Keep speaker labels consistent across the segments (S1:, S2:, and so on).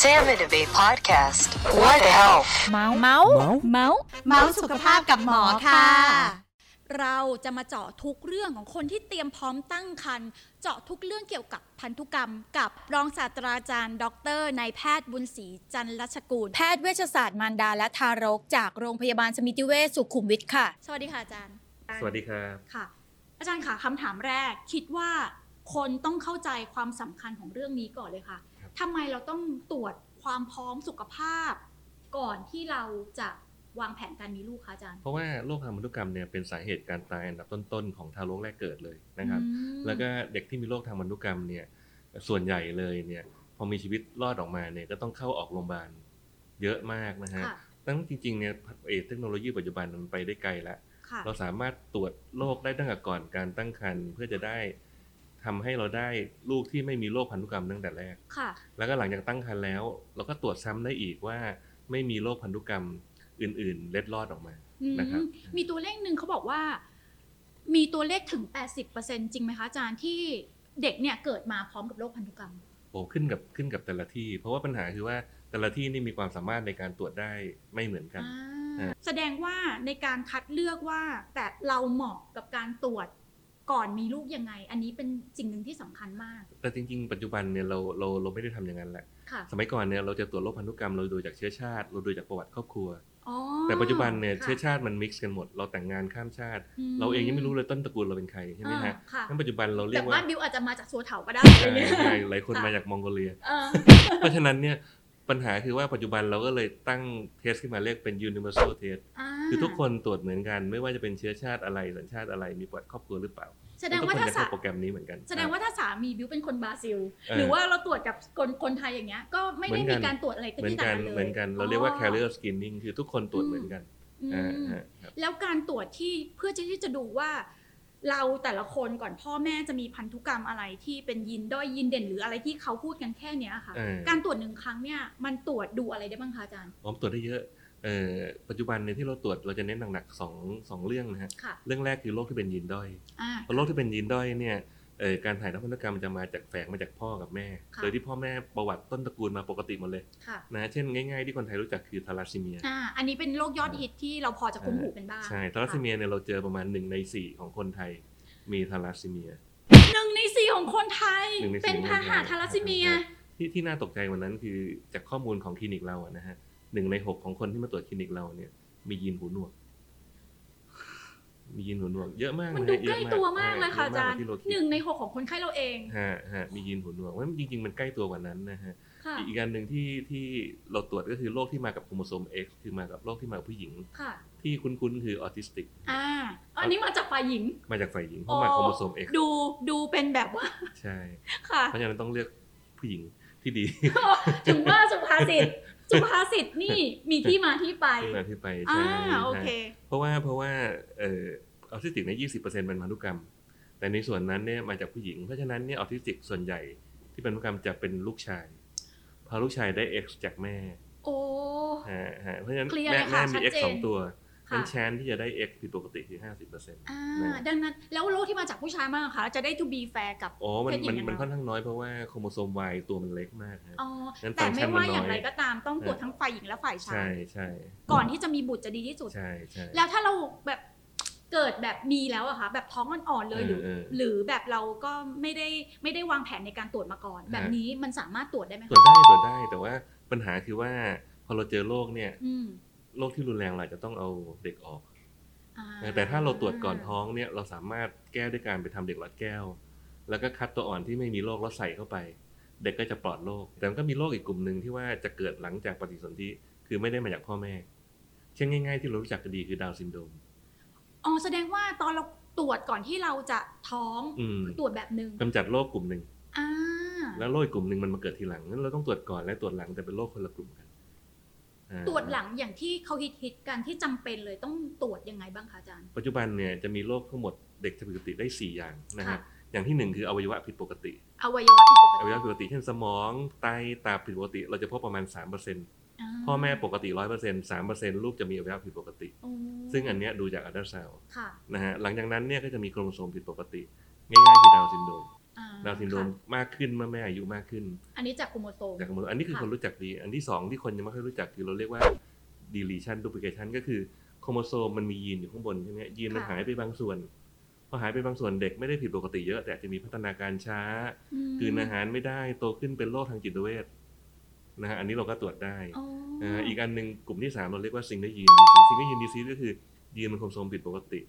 S1: Sam and Abe podcast. What the hell?
S2: เมาส์เมาส์เมาส์
S3: เมาส์สุขภาพกับหมอค่ะ
S4: เราจะมาเจาะทุกเรื่องของคนที่เตรียมพร้อมตั้งครรภ์เจาะทุกเรื่องเกี่ยวกับพันธุกรรม กับรองศาสตราจารย์ ดรนายแพทย์บุญศรีจันทรัชกูล
S2: แพทย์เวชศาสตร์มารดาและทารก จากโรงพยาบาลสมิติเวชสุขุมวิทค่ะ
S4: สวัสดีค่ะอาจารย์
S5: สวัสดีครับ
S4: ค่ะ อาจารย์ค่ะคำถามแรกคิดว่าคนต้องเข้าใจความสำคัญของเรื่องนี้ก่อนเลยค่ะทำไมเราต้องตรวจความพร้อมสุขภาพ ก่อนที่เราจะวางแผนการมีลูกคะอาจารย์
S5: เพราะว่าโรคทางพันธุกรรมเนี่ยเป็นสาเหตุการตายอันดับต้นๆของทารกแรกเกิดเลยนะครับ
S4: อืม
S5: แล้วก็เด็กที่มีโรคทางพันธุกรรมเนี่ยส่วนใหญ่เลยเนี่ยพอมีชีวิตรอดออกมาเนี่ยก็ต้องเข้าออกโรงพยาบาลเยอะมากนะฮะ
S4: ค่ะ
S5: ตั้งจริงๆเนี่ยเออเทคโนโลยีปัจจุบันมันไปได้ไกลแล้ว
S4: ค่ะ
S5: เราสามารถตรวจโรคได้ตั้งแต่ก่อนการตั้งครรภ์เพื่อจะได้ทำให้เราได้ลูกที่ไม่มีโรคพันธุกรรมตั้งแต่แรก
S4: ค่ะ
S5: แล้วก็หลังจากตั้งครรภ์แล้ว เราก็ตรวจซ้ำได้อีกว่าไม่มีโรคพันธุกรรมอื่น ๆ เล็ดลอดออกมา
S4: อืม
S5: นะครับ
S4: มีตัวเลขหนึ่งเขาบอกว่า มีตัวเลขถึง 80%จริงไหมคะอาจารย์ที่เด็กเนี่ยเกิดมาพร้อมกับโรคพันธุกรรม
S5: โอ้ขึ้นกับขึ้นกับแต่ละที่ เพราะว่าปัญหาคือว่าแต่ละที่นี่มีความสามารถในการตรวจได้ไม่เหมือนกัน
S4: อ่าแสดงว่าในการคัดเลือกว่า แต่เราเหมาะกับการตรวจก่อนมีลูกยังไง อันนี้เป็นสิ่งหนึ่งที่สำคัญมาก
S5: แต่จริง ๆ ปัจจุบันเนี่ยเราเราเราไม่ได้ทำอย่างนั้นแหละ
S4: ค่ะ
S5: สมัยก่อนเนี่ยเราจะตรวจโรคพันธุกรรมเราดูจากเชื้อชาติ เราดูจากประวัติครอบครัว
S4: อ๋อ
S5: แต่ปัจจุบันเนี่ย
S4: ค่ะ
S5: เชื้อชาติมันมิกซ์กันหมด เราแต่งงานข้ามชาติ
S4: ม
S5: เราเองยังไม่รู้เลยต้นตระกูลเราเป็นใครใช่ไหม
S4: อ่า
S5: ฮะ
S4: ค่ะ
S5: งั้นปัจจุบันเราเรีย
S4: แต่
S5: กว่า
S4: บ้านบิวอาจจะมาจากสัวเถาก็ได้
S5: ใช่
S4: เนี่ย
S5: ใช่หลายคนมาจากมองโกเลีย
S4: เออ
S5: เพราะฉะนั้นเนี่ยปัญหาคือว่าปัจจุบันเราก็เลยตั้งเทสขึ้นมาเรียกเป็น universal test
S4: า
S5: คือทุกคนตรวจเหมือนกัน ไม่ว่าจะเป็นเชื้อชาติอะไรสัญชาติอะไรมีประวัติครอบครัวหรือเปล่า
S4: แสดงว่า
S5: ทุกคน
S4: ถ้า
S5: จะ
S4: สา
S5: เข้าโปรแกรมนี้เหมือนกัน
S4: แสดงว่าถ้าสามีบิวเป็นคนบราซิล
S5: เออ
S4: หรือว่าเราตรวจกับคนคนไทยอย่างเงี้ยก็ไม่ได้
S5: เหมื
S4: มี
S5: อนกัน
S4: การตรวจอะไร
S5: เหมือ
S4: ที่
S5: น
S4: ต่า
S5: กั
S4: ง
S5: น
S4: กันเลย
S5: เหมือนกันเราเรียกว่า
S4: อ๋อ
S5: carrier screening คือทุกคนตรวจเหมือนกัน
S4: อืม
S5: อ่าฮะครับ
S4: แล้วการตรวจที่เพื่อที่จะดูว่า เราแต่ละคนก่อนพ่อแม่จะมีพันธุกรรมอะไรที่เป็นยีนด้อยยีนเด่นหรืออะไรที่เขาพูดกันแค่เนี้ยค่ะ
S5: เออ
S4: การตรวจหนึ่งครั้งเนี่ยมันตรวจดูอะไรได้บ้างคะอาจารย์
S5: ผมตรวจได้เยอะเอ่อปัจจุบันเนี่ยที่เราตรวจเราจะเน้นหนักๆสองสองเรื่องนะฮะ
S4: ค่ะ
S5: เรื่องแรกคือโรคที่เป็นยีนด้อย
S4: อ่า
S5: เพราะโรคที่เป็นยีนด้อยเนี่ยเอ่อการถ่ายทอดพันธุกรรมมันจะมาจากแฝงมาจากพ่อกับแม่
S4: ค่ะ
S5: โดยที่พ่อแม่ประวัติต้นตระกูลมาปกติหมดเลย
S4: ค่ะ
S5: นะเช่นง่ายๆที่คนไทยรู้จักคือทาลัสซีเมีย
S4: อ่าอันนี้เป็นโรคยอดฮิตที่เราพอจะคุ้นหูเป็นบ้าง
S5: ใช่ทาลัสซีเมียเนี่ยเราเจอประมาณหนึ่งในสี่ของคนไทยมีทาลัสซีเมีย
S4: หนึ่งในสี่ของคนไทย
S5: หนึ่งในสี่
S4: เป็น
S5: ของคน
S4: พาหะ
S5: ไทย
S4: ทาลัสซีเมีย
S5: ที่ที่น่าตกใจกวันนั้นคือจากข้อมูลของคลินิกเราอะนะฮะหนึ่งในหกของคนที่มาตรวจคลินิกเราเนี่ยมียีนหูหนวก มียีนหูหนวก เยอะมาก
S4: มันะ ดู
S5: ฮะ
S4: ใกล้ตัวมากเลยค่ะอาจารย์
S5: เะมกกว่ที่เคิด
S4: หนึ่งในหกของคนไข้เราเอง
S5: ฮะฮะมียีนหูหนวกเพราะจริงๆมันใกล้ตัวกว่านั้นนะฮะ
S4: ค่ะ
S5: อีกอันหนึ่งที่ที่เราตรวจก็คือโรคที่มากับโครโมโซม X คือมากับโรคที่มากับผู้หญิง
S4: ค่ะ
S5: ที่คุ้นๆคือออทิสติก
S4: อ่าอันนี้มาจากฝ่ายหญิง
S5: มาจากฝ่ายหญิงเพราะมาโครโมโซม X
S4: ดูดูเป็นแบบว่า
S5: ใช่
S4: ค่ะ
S5: เพราะฉะนั้นต้องเลือกผู้หญิงที่ดี
S4: ถึงว่าสุภา ษิตสุภาษิตนี่มีที่มาที่ไป
S5: ที่มาที่ไป
S4: อ่า
S5: ใช่
S4: โอเค
S5: ฮะเพราะว่าเพราะว่าเอ่อออทิสติกในยี่สิบเปอร์เซ็นต์เป็นพันธุกรรม แต่ในส่วนนั้นเนี่ยมาจากผู้หญิง เพราะฉะนั้นเนี่ยออทิสติกส่วนใหญ่ที่เป็นพันธุกรรมจะเป็นลูกชาย พอลูกชายได้ X จากแม่
S4: โอ้
S5: ฮะฮะเพราะฉะนั้น
S4: เคลียร์
S5: แม่
S4: เลย
S5: แม่
S4: ค่ะ
S5: มี
S4: ชัด
S5: X
S4: เจน
S5: สองตัว
S4: ค่ะ
S5: นั้นแชนที่จะได้ X ผิดปกติคือห้าสิบเปอร์เซ็นต์
S4: อ่า
S5: นะ
S4: ดังนั้นแล้วโรคที่มาจากผู้ชายมากค่ะ จะได้ to be fair กับ
S5: อ๋อมัน
S4: เพศหญิ
S5: มัน
S4: งอะ
S5: มัน
S4: เนาะ
S5: ค่อนข้างน้อยเพราะว่าโครโมโซม Y ตัวมันเล็กมากฮะ
S4: อ๋อ
S5: งั้น
S4: แต่ไม่ว่าอย่างไร
S5: ฟังก์ชันมันน้อย
S4: ก็ตามต้องตรวจทั้งฝ่ายหญิงและฝ่ายชา
S5: ใช่
S4: ย
S5: ใช่
S4: ก่อนที่จะมีบุตรจะดีที่สุด
S5: ใช่ใช่
S4: แล้วถ้าเราแบบเกิดแบบมีแล้วอะค่ะแบบท้องอ่อนๆเลยหรือ
S5: เออเออ
S4: หรือแบบเราก็ไม่ได้ไม่ได้วางแผนในการตรวจมาก่อน แบบ
S5: ฮะ
S4: นี้มันสามารถตรวจได้ไหม
S5: ตร
S4: คะ
S5: วจได้ตรวจได้แต่ว่าปัญหาคือว่าพอเราเจอโรคเนี่ย
S4: อืม
S5: โรคที่รุนแรงเราอาจจะต้องเอาเด็กออก
S4: อ่า
S5: แต่ถ้าเราตรวจก่อนท้องเนี่ยเราสามารถแก้ด้วยการไปทำเด็กหลอดแก้ว แล้วก็คัดตัวอ่อนที่ไม่มีโรคแล้วใส่เข้าไป เด็กก็จะปลอดโรค แต่มันก็มีโรคอีกกลุ่มหนึ่งที่ว่าจะเกิดหลังจากปฏิสนธิคือไม่ได้มาจากพ่อแม่ เช่นง่าย ๆ ที่เรารู้จักกันดีคือดาวน์ซินโดรม
S4: อ๋อแสดงว่าตอนเราตรวจก่อนที่เราจะท้อง
S5: อืม
S4: ตรวจแบบหนึ่ง
S5: กำจัดโรคกลุ่มหนึ่ง
S4: อ่า
S5: แล้วโรคอีกกลุ่มหนึ่งมันมาเกิดทีหลังนั้นเราต้องตรวจก่อนและตรวจหลังแต่เป็นโรคคนละกลุ่มกันอ่า
S4: ตรวจหลังอย่างที่เขาฮิตฮิตๆกันที่จำเป็นเลยต้องตรวจยังไงบ้างคะอาจารย์
S5: ปัจจุบันเนี่ยจะมีโรคทั้งหมดเด็กจะผิดปกติได้ 4 อย่างนะฮะ
S4: ค่ะ
S5: อย่างที่หนึ่งคืออวัยวะผิดปกติ
S4: อวัยวะผิดป
S5: อวั
S4: กติ
S5: ยวะผิดปกติเช่นสมองไตตาผิดปกติ เราจะพบประมาณ 3%
S4: า
S5: พ่อแม่ปกติ 100% 3%ลูกจะมีอวัยวะผิดปกติ
S4: โอ้
S5: ซึ่งอันเนี้ยดูจากอัลตราซาว
S4: ค่ะ
S5: นะฮะหลังจากนั้นเนี่ยก็จะมีโครโมโซมผิดปกติ ง่ายๆคือดาวน์ซินโดรม
S4: อ่า
S5: ดาวน์ซินโดรมมากขึ้นเมื่อแม่อายุมากขึ้น
S4: อันนี้จากโครโมโซม
S5: จากมนุษย์อันนี้คือ
S4: ค่ะ
S5: คนรู้จักดี อันที่สองที่คนยังไม่ค่อยรู้จักคือเราเรียกว่า deletion duplication ก็คือโครโมโซมมันมียีนอยู่ข้างบนใช่ไหมยีนมันหายไปบางส่วน พอหายไปบางส่วนเด็กไม่ได้ผิดปกติเยอะ แต่อาจจะมีพัฒนาการช้า
S4: ม
S5: กลืนอาหารไม่ได้โตขึ้นเป็นโรคทางจิตเวชนะฮะอันนี้เราก็ตรวจได้
S4: อ๋ออ
S5: นะฮะอีกอันหนึ่งกลุ่มที่สามเราเรียกว่าซิงเกิลยีนดิซีซิงเกิลยีนดิซีก็คือยีนมันโครโมโซมผิดปกติ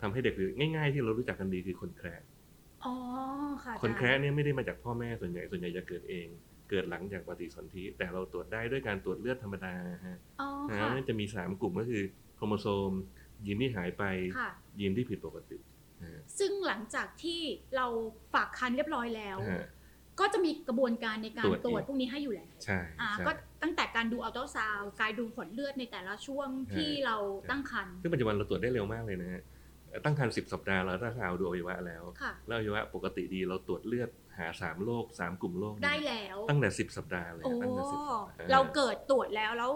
S5: ทำให้เด็กหรือง่าย ๆ ที่เรารู้จักกันดีคือคนแคระ
S4: อ๋อค่ะ
S5: คนแคระ
S4: อาจารย์
S5: เนี่ยไม่ได้มาจากพ่อแม่ส่วนใหญ่ส่วนใหญ่จะเกิดเอง เกิดหลังจากปฏิสนธิแต่เราตรวจได้ด้วยการตรวจเลือดธรรมดาฮะ
S4: อ๋อ
S5: นะ
S4: ค่ะ
S5: ฮะนั่นจะมี 3 กลุ่มก็คือโครโมโซมยีนที่หายไป
S4: ค่ะ
S5: ยีนที่ผิดปกตินะฮะ
S4: ซึ่งหลังจากที่เราฝากคันเรียบร้อยแล้ว
S5: ฮะ
S4: ก็จะมีกระบวนการในกา
S5: ต
S4: ร
S5: รวจ
S4: ตรวจ
S5: อีก
S4: พวกนี้ให้อยู่แล้ว
S5: ใช่
S4: อ่า
S5: ใช่
S4: ก็ตั้งแต่การดูอัลตราซาวด์การดูผลเลือดในแต่ละช่วง
S5: ใช่
S4: ที่เราตั้งครรภ์
S5: ซึ่งปัจจุบันเราตรวจได้เร็วมากเลยนะฮะ ตั้งครรภ์สิบสัปดาห์เราถ้าเอาดูอวัยวะแล้ว
S4: ค่ะ
S5: แล้วอวัยวะปกติดีเราตรวจเลือดหาสามโรคสามกลุ่มโรคเนี่ย
S4: ได้แล้ว
S5: ตั้งแต่สิบสัปดาห์เลย
S4: โอ้
S5: ตั้งแต่สิบสัปดห์
S4: เราเกิดตรวจแล้วแล้ว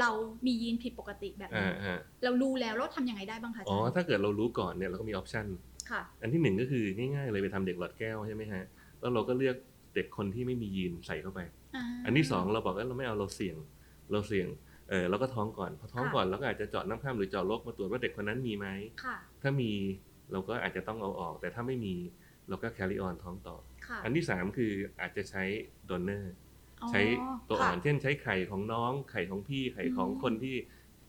S4: เรามียีนผิดปกติแบบ
S5: อ่า
S4: นี้
S5: อ่า
S4: เรารู้แล้วเราทำยังไงได้บ้างคะาจารย์
S5: อ๋อถ้าเกิดเรารู้ก่อนเนี่ยเราก็มีออปชัน
S4: ค่ะ
S5: อันที่หนึ่งก็คือง่ายๆเลยไปทำเด็กหลอดแก้วใช่ไหมฮะ แล้วเราก็เลือกเด็กคนที่ไม่มียีนใส่เข้าไป อันที่สองเราบอกว่าเราไม่เอาเราเสี่ยงเราเสี่ยงเออเราก็ท้องก่อนพอท้อง
S4: ค่ะ
S5: ก่อนเราก็อาจจะเจาะน้ำข้ามหรือเจาะลกมาตรวจว่าเด็กคนนั้นมีไหม
S4: ค่ะ
S5: ถ้ามีเราก็อาจจะต้องเอาออก แต่ถ้าไม่มีเราก็แคริออนท้องต่อ
S4: ค่ะ
S5: อันที่ 3 คืออาจจะใช้ดอนเนอร์ใช้ตัวอ่อน
S4: ค่ะ
S5: เช่นใช้ไข่ของน้อง ไข่ของพี่ไข่ของ
S4: อืม
S5: คนที่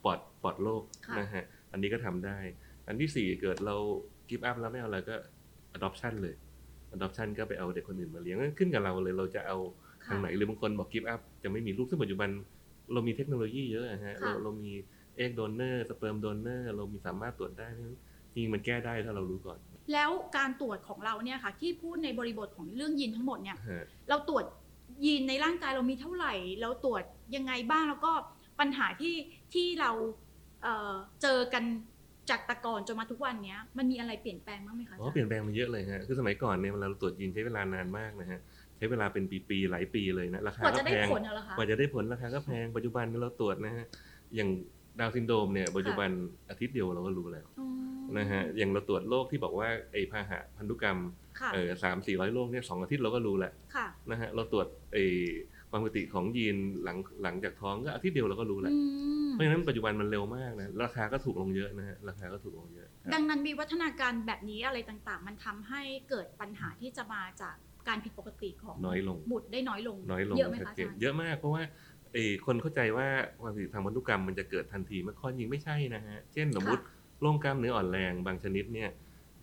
S5: ปลอดปลอดโรค
S4: ค่ะ
S5: นะฮะอันนี้ก็ทำได้ อันทีสี่4 เกิดเรากิฟต์อัพแล้วไม่เอาอะไรก็ adoption เลย adoption ก็ไปเอาเด็กคนอื่นมาเลี้ยงขึ้นกับเราเลยเราจะเอาทางไหนหรือบางคนบอกกิฟต์อัพจะไม่มีลูกซึ่งปัจจุบันเรามีเทคโนโลยีเยอะอะฮะเราเรามีเอ็กโดเนอร์สเปิร์มโดเนอร์เรามีสามารถตรวจได้นะจริงๆมันแก้ได้ถ้าเรารู้ก่อน
S4: แล้วการตรวจของเราเนี่ยค่ะ ที่พูดในบริบทของเรื่องยีนทั้งหมดเนี่ย
S5: ฮะ
S4: เราตรวจยีนในร่างกายเรามีเท่าไหร่ เราตรวจยังไงบ้างแล้วก็ปัญหาที่ที่เราเอ่อเจอกันจากแตะกอนจนมาทุกวันเนี้ย มันมีอะไรเปลี่ยนแปลงบ้างไหมคะาจาร
S5: อ๋อเปลี่ยนแปลงมาเยอะเลยฮะ คือสมัยก่อนเนี่ยเวลาเราตรวจยีนใช้เวลานานมากนะฮะ ใช้เวลาเป็นปีๆหลายปีเลยนะ ราคาก
S4: ว่า
S5: ก็
S4: จะได้
S5: แพง
S4: ผลเอาเหรอคะ
S5: กว่าจะได้ผลราคาก็แพง ปัจจุบันเนี่ยเราตรวจนะฮะ อย่างดาวน์ซินโดรมเนี่ย ปัจจุบันอาทิตย์เดียวเราก็รู้แล้ว
S4: อ๋อ
S5: นะฮะ อย่างเราตรวจโรคที่บอกว่าไอ้พาหะพันธุกรรม
S4: ค่ะ
S5: เออสามสี่ร้อยโรคเนี่ยสองอาทิตย์เราก็รู้แหละ
S4: ค่ะ
S5: นะฮะ เราตรวจไอ้ความปกติของยีนหลังหลังจากท้องก็อาทิตย์เดียวเราก็รู้แหละ
S4: อืม
S5: เพราะฉะนั้นปัจจุบันมันเร็วมากนะ ราคาก็ถูกลงเยอะนะฮะ ราคาก็ถูกลงเยอะครับ
S4: ดังนั้นมีวัฒนาการแบบนี้อะไรต่างๆ มันทำให้เกิดปัญหาที่จะมาจากการผิดปกติของ
S5: น้อยลง
S4: บุตรได้น้อยลง
S5: น้อยลง
S4: เยอะไหม
S5: ชัด
S4: คะอา
S5: เจน
S4: จารย์
S5: เยอะมากเพราะว่าเอ่อคนเข้าใจว่าความผิดทางพันธุกรรมมันจะเกิดทันทีเมื่อคลอดยิงไม่ใช่นะฮะ เช่นสมมติโรคกล้ามเนื้ออ่อนแรงบางชนิดเนี่ย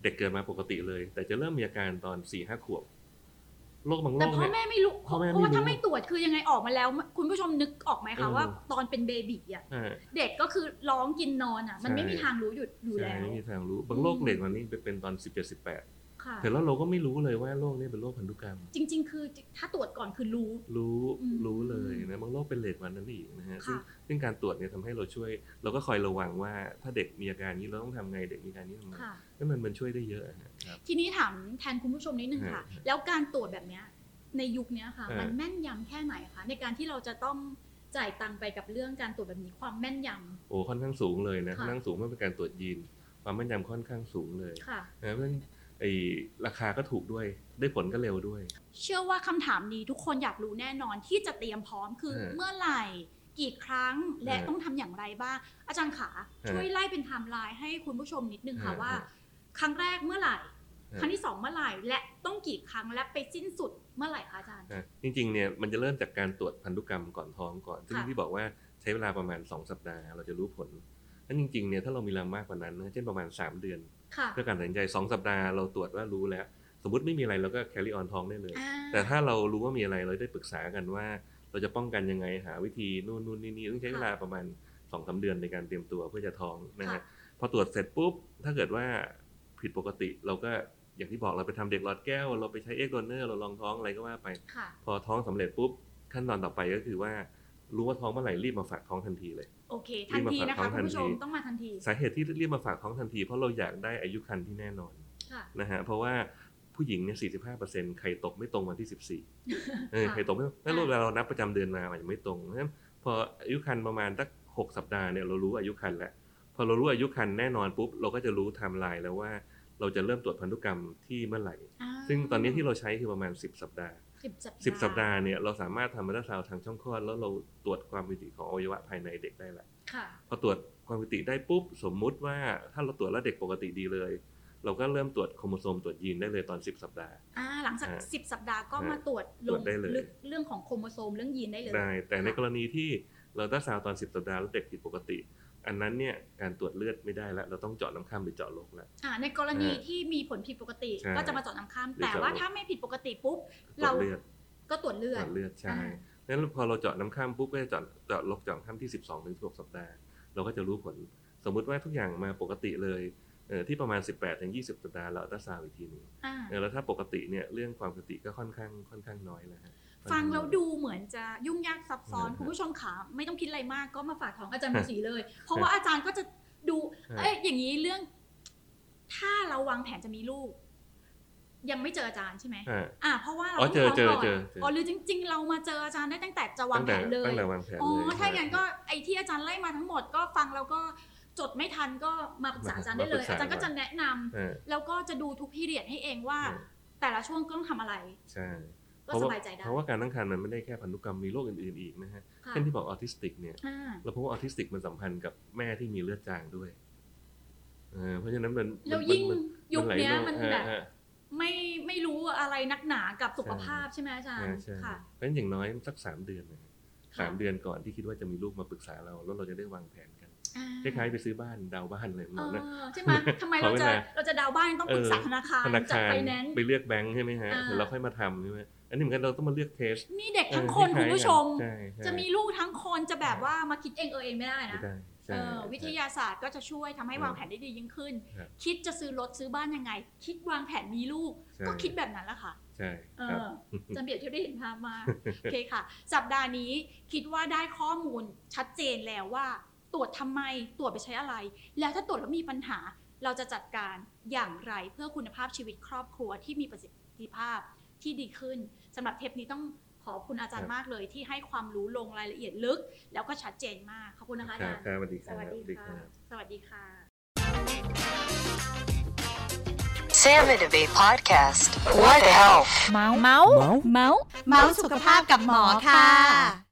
S5: เด็กเกิดมาปกติเลย แต่จะเริ่มมีอาการตอนสี่ห้าขวบโรคบางโร
S4: แต่
S5: ค
S4: พ่อ
S5: เนี่ย
S4: แม่ไม่รู้
S5: พ่อแม่ไม่รู้
S4: เพราะว่าถ้าไม่ตรวจคือยังไงออกมาแล้ว คุณผู้ชมนึกออกไหมคะ
S5: เออ
S4: ว่า ตอนเป็นเบบีอ่ะ
S5: อ่า
S4: เด็กก็คือร้องกินนอนอ่ะ มัน
S5: ใช่
S4: ไม่มีทางรู้หยุดอยู่
S5: ใช่
S4: แล้ว
S5: ไม่มีทางรู้บางโรคเด็กวันนี้เป็นตอนสิบเจ็ดสิบแปด
S4: ค่ะ
S5: แต่แล้วเราก็ไม่รู้เลยว่าโรคนี้เป็นโรคพันธุกรรม
S4: จริง ๆ คือถ้าตรวจก่อนคือรู้
S5: รู้
S4: อืม
S5: รู้เลยนะบางโรคเป็นเลทวันนั้นอีกนะฮะซึ่ง
S4: ค่ะ
S5: ซึ่งการตรวจเนี่ยทำให้เราช่วย เราก็คอยระวังว่าถ้าเด็กมีอาการนี้เราต้องทำไงเด็กมีอาการนี้ทำไง
S4: ค่ะ
S5: นั่นมันมันช่วยได้เยอะอะฮะครับ
S4: ทีนี้ถามแทนคุณผู้ชมนิดนึงค่ะ
S5: ฮะ
S4: แล้วการตรวจแบบเนี้ยในยุคเนี้ยค่ะ
S5: ฮะ
S4: มันแม่นยำแค่ไหนคะในการที่เราจะต้องจ่ายตังค์ไปกับเรื่องการตรวจแบบนี้ความแม่นย
S5: โอ้ค่อนข้างสูงเลยนะ
S4: ค่ะ
S5: ค่อนข้างสูงเมื่อเป็นการตรวจยีน ความแม่นยำค่อนข้างสูงเลย
S4: ำค่ะ
S5: นะเพราะฉะนั้นไอ้ราคาก็ถูกด้วย ได้ผลก็เร็วด้วย
S4: เชื่อว่าคำถามนี้ทุกคนอยากรู้แน่นอนที่จะเตรียมพร้อมคือ
S5: ฮะ
S4: เมื่อไหร่ กี่ครั้งและ
S5: ฮะ
S4: ต้องทำอย่างไรบ้าง อาจารย์ขาช่วยไล่เป็นไทม์ไลน์ให้คุณผู้ชมนิดนึงค่ะ
S5: ฮะ
S4: ว่า
S5: ฮะ
S4: ครั้งแรกเมื่อไหร่
S5: ฮะ
S4: ครั้งที่สองเมื่อไหร่ และต้องกี่ครั้งและไปสิ้นสุดเมื่อไหร่คะอาจารย์
S5: นะจริงๆเนี่ยมันจะเริ่มจากการตรวจพันธุกรรมก่อนท้องก่อน ซึ่ง
S4: ค่ะ
S5: ที่บอกว่าใช้เวลาประมาณ 2 สัปดาห์ เราจะรู้ผลนั้นจริงๆเนี่ยถ้าเรามีเวลามากกว่านั้นนะเช่นประมาณ 3 เดือน
S4: ค่ะ
S5: เพื่อการตัดสินใจ 2 สัปดาห์เราตรวจว่ารู้แล้ว สมมติไม่มีอะไรเราก็แคริออนท้องได้เลย
S4: อ่า
S5: แต่ถ้าเรารู้ว่ามีอะไรเราได้ปรึกษากันว่า เราจะป้องกันยังไงหาวิธีนู่นนู่นนี่นี่ต้องใช้เวลาประมาณ2องสามเดือนในการเตรียมตัวเพื่อจะท้องนะฮะพอตรวจเสร็จปุ๊บ ถ้าเกิดว่าผิดปกติ เราก็อย่างที่บอกเราไปทำเด็กหลอดแก้ว เราไปใช้เอ็กโดเนอร์เราลองท้องอะไรก็ว่าไป
S4: ค่ะ
S5: พอท้องสำเร็จปุ๊บ ขั้นตอนต่อไปก็คือว่า รู้ว่าท้องเมื่อไหร่รีบมาฝากท้องทันทีเลย
S4: โอเค ทันที
S5: รีบมา
S4: นะ
S5: ฝากท้อง
S4: คะคุณผู้ชม
S5: ทันที
S4: ต้องมาทันที
S5: สาเหตุที่รีบมาฝากท้องทันที เพราะเราอยากได้อายุครรภ์ที่แน่นอน
S4: ค่ะ
S5: นะฮะเพราะว่าผู้หญิงเนี่ย 45%ไข่ตกไม่ตรงวันที่ 14เออ
S4: ค่ะ
S5: ไข่ตกไม่นั่นเวลาเรานับประจำเดือนมามันยังไม่ตรงเพราะฉะนั้นพออายุครรภ์ประมาณสัก6สัปดาห์เนี่ยเรารู้อายุครรภ์แล้ว พอเรารู้อายุครรภ์แน่นอนปุ๊บ เราก็จะรู้ไทม์ไลน์แล้วว่า เราจะเริ่มตรวจพันธุกรรมที่เมื่อไหร่
S4: อ่า
S5: ซึ่งตอนนี้ที่เราใช้คือประมาณ 10 สัปดาห์
S4: สิบสัปดาห์
S5: 10 สัปดาห์เนี่ยเราสามารถทำอัลตราซาวด์ทางช่องคลอดแล้วเราตรวจความผิดปกติของอวัยวะภายในเด็กได้ละ
S4: ค่ะ
S5: พอตรวจความผิดปกติได้ปุ๊บสมมุติว่าถ้าเราตรวจแล้วเด็กปกติดีเลย เราก็เริ่มตรวจโครโมโซมตรวจยีนได้เลยตอน 10 สัปดาห์
S4: อ่าหลังจาก
S5: อ่า
S4: สิบสัปดาห์ก็
S5: อ่าม
S4: มาตรวจล
S5: ตรง วจได้เลย
S4: ลึกเรื่องของโครโมโซมเรื่องยีนได้เลย
S5: ได้แต่ในกรณีที่เราต้าซาวน์ตอน 10 สัปดาห์แล้วเด็กผิดปกติ อันนั้นเนี่ยการตรวจเลือดไม่ได้แล้วเราต้องเจาะน้ำข้ามหรือเจาะโลกแล้ว
S4: อ่าในกรณี
S5: อ่า
S4: ที่มีผลผิดปกติ
S5: ใช่
S4: ก็จะมาเจาะน้ำข้าม
S5: หรือ
S4: แต่ว่า
S5: เจาะ
S4: ถ้าไม่ผิดปกติปุ๊บ
S5: ตรว
S4: เรา
S5: จเลือด
S4: ก็ตรวจเลื
S5: ตร
S4: อด
S5: วจเลือดใช่
S4: อ่า
S5: นั้นพอเราเจาะน้ำข้ามปุ๊บก็จะเจาะเจาะโลกเจาะน้ำข้ามที่ 12ถึง16สัปดาห์ เราก็จะรู้ผลสมมุติว่าทุกอย่างมาปกติเลยเอ่อที่ประมาณ 18ถึง20 สัปดาห์เราอัลตราซาวน์อีกทีหนึง
S4: อ่า
S5: เออแล้วถ้าปกติเนี่ยเรื่องความปกติก็ค่อนข้างค่อนข้างน้อยนะฮะ
S4: ฟังแล้วดูเหมือนจะยุ่งยากซับซ้อน
S5: อ่า
S4: คุณผู้ชมขาไม่ต้องคิดอะไรมากก็มาฝากของอาจารย์หมูสีเลย เพราะว่าอาจารย์ก็จะดู
S5: อ่า
S4: เอ๊ะอย่างนี้เรื่อง ถ้าเราวางแผนจะมีลูก ยังไม่เจออาจารย์ใช่ไหม
S5: อ่า
S4: อ่าเพราะว่าเรา
S5: อ๋อ
S4: ต้อง
S5: เจอ
S4: ท้งก่น
S5: เจอเจอ
S4: อ๋อหรือจริง ๆ เรามาเจออาจารย์ได้ตั้งแต่จะวาง
S5: ตั้ง
S4: แผ
S5: แต่
S4: นเลย
S5: ตั้งแต่วางแผน
S4: อ๋
S5: เลย
S4: อ ถ้าอย่างนั้นก็
S5: ฮะ
S4: ไอ้ที่อาจารย์ไล่มาทั้งหมดก็ฟังแล้วก็จดไม่ทันก็มาปรึกษาอาจารย์ได้เล
S5: มาปรึ
S4: ย
S5: กษา
S4: อาจารย์ก็จะแนะนำ
S5: อ่า
S4: แล้วก็จะดูทุกพีเรียดให้เองว่า แต่ละช่วงต้องทำอะไร
S5: ใช่
S4: ก็
S5: เพราะ
S4: ส
S5: ว่า
S4: บายใจได้
S5: เพราะว่าการตั้งครรภ์มันไม่ได้แค่พันธุกรรมมีโรคอื่นๆอีกนะฮะ
S4: ค่ะ
S5: เช่นที่บอกออทิสติกเนี่ย
S4: อ่า
S5: เราพบว่าออทิสติกมันสัมพันธ์กับแม่ที่มีเลือดจางด้วยเออเพราะฉะนั้นมัน
S4: แล้ว
S5: มัน
S4: ยิ่ง
S5: มัน
S4: ยุค
S5: หลา
S4: เนี้ย
S5: โรค
S4: มัน
S5: อ่า
S4: แบบ
S5: อ่า
S4: ไม่ไม่รู้อะไรนักหนากับสุขภาพใช่ไหมอาจาร
S5: ใช่
S4: ย์
S5: ใช่
S4: ค่ะ
S5: เพราะฉะนั้นอย่างน้อยสักสามเดือนนะฮะ
S4: ค่ะ
S5: สามเดือนก่อนที่คิดว่าจะมีลูกมาปรึกษาเราแล้วเราจะได้วางแผนกัน
S4: อ่า
S5: คล้ายๆไปซื้อบ้านดาวน์บ้านอะไรประ
S4: เอ
S5: มาณนั้น
S4: อใช่ไห มทำไมเรา
S5: ขอ
S4: จะ
S5: เวลา
S4: เราจะดาวบ้านต้องปรึกษา
S5: เออ
S4: ธนาคาร
S5: ธนา
S4: จัด
S5: คาร
S4: ไฟแนนซ์
S5: ไปเลือกแบงค์ใช่ไหมฮะ
S4: อ่า
S5: เดี๋ยวเราค่อยมาทำใช่ไหมอันนี้เหมือนกันเราต้องมาเลือกเทส
S4: นี่เด็กทั้ง
S5: เออ
S4: คนคุณ
S5: ล้ายๆ
S4: ผู้ชม
S5: ใช่ใช่
S4: จะมีลูกทั้งคนจะแบบว่ามาคิดเองเออเองไม่ได้
S5: ไม่
S4: นะ
S5: ได้ใช่
S4: เออวิท
S5: ใช่
S4: ยาศาสตร์ก็จะช่วยทำให้
S5: เออ
S4: วางแผนได้ดียิ่งขึ้น
S5: ครับ
S4: คิดจะซื้อรถซื้อบ้านยังไง คิดวางแผนมีลูก
S5: ใช่
S4: ก็คิดแบบนั้นแหละค่ะ
S5: ใช่
S4: เอ
S5: ครับ
S4: อจำเบียดที่ได้เห็นภาพมากโอเคค่ะ สัปดาห์นี้คิดว่าได้ข้อมูลชัดเจนแล้วว่า ตรวจทำไมตรวจไปใช้อะไร แล้วถ้าตรวจแล้วมีปัญหา เราจะจัดการอย่างไรเพื่อคุณภาพชีวิตครอบครัวที่มีประสิทธิภาพที่ดีขึ้นสำหรับเทปนี้ต้องขอบคุณอาจา
S5: ค
S4: ร
S5: รั
S4: ย์
S5: บ
S4: มากเลย ที่ให้ความรู้ลงรายละเอียดลึก แล้วก็ชัดเจนมากขอบคุณนะคะอา
S5: ครั
S4: จา
S5: บ
S4: รย์
S5: ครับสวัสดีค
S4: ส
S5: รับส
S4: วัส
S5: วัส
S4: ดี
S5: ดีค
S4: ค่ะ
S5: รับ
S4: สวัสดีค่ะ
S1: Sam and Debate Podcast. What the health?
S2: เมาส์เมาส์
S3: เมาส์สุขภาพกับหมอค่ะ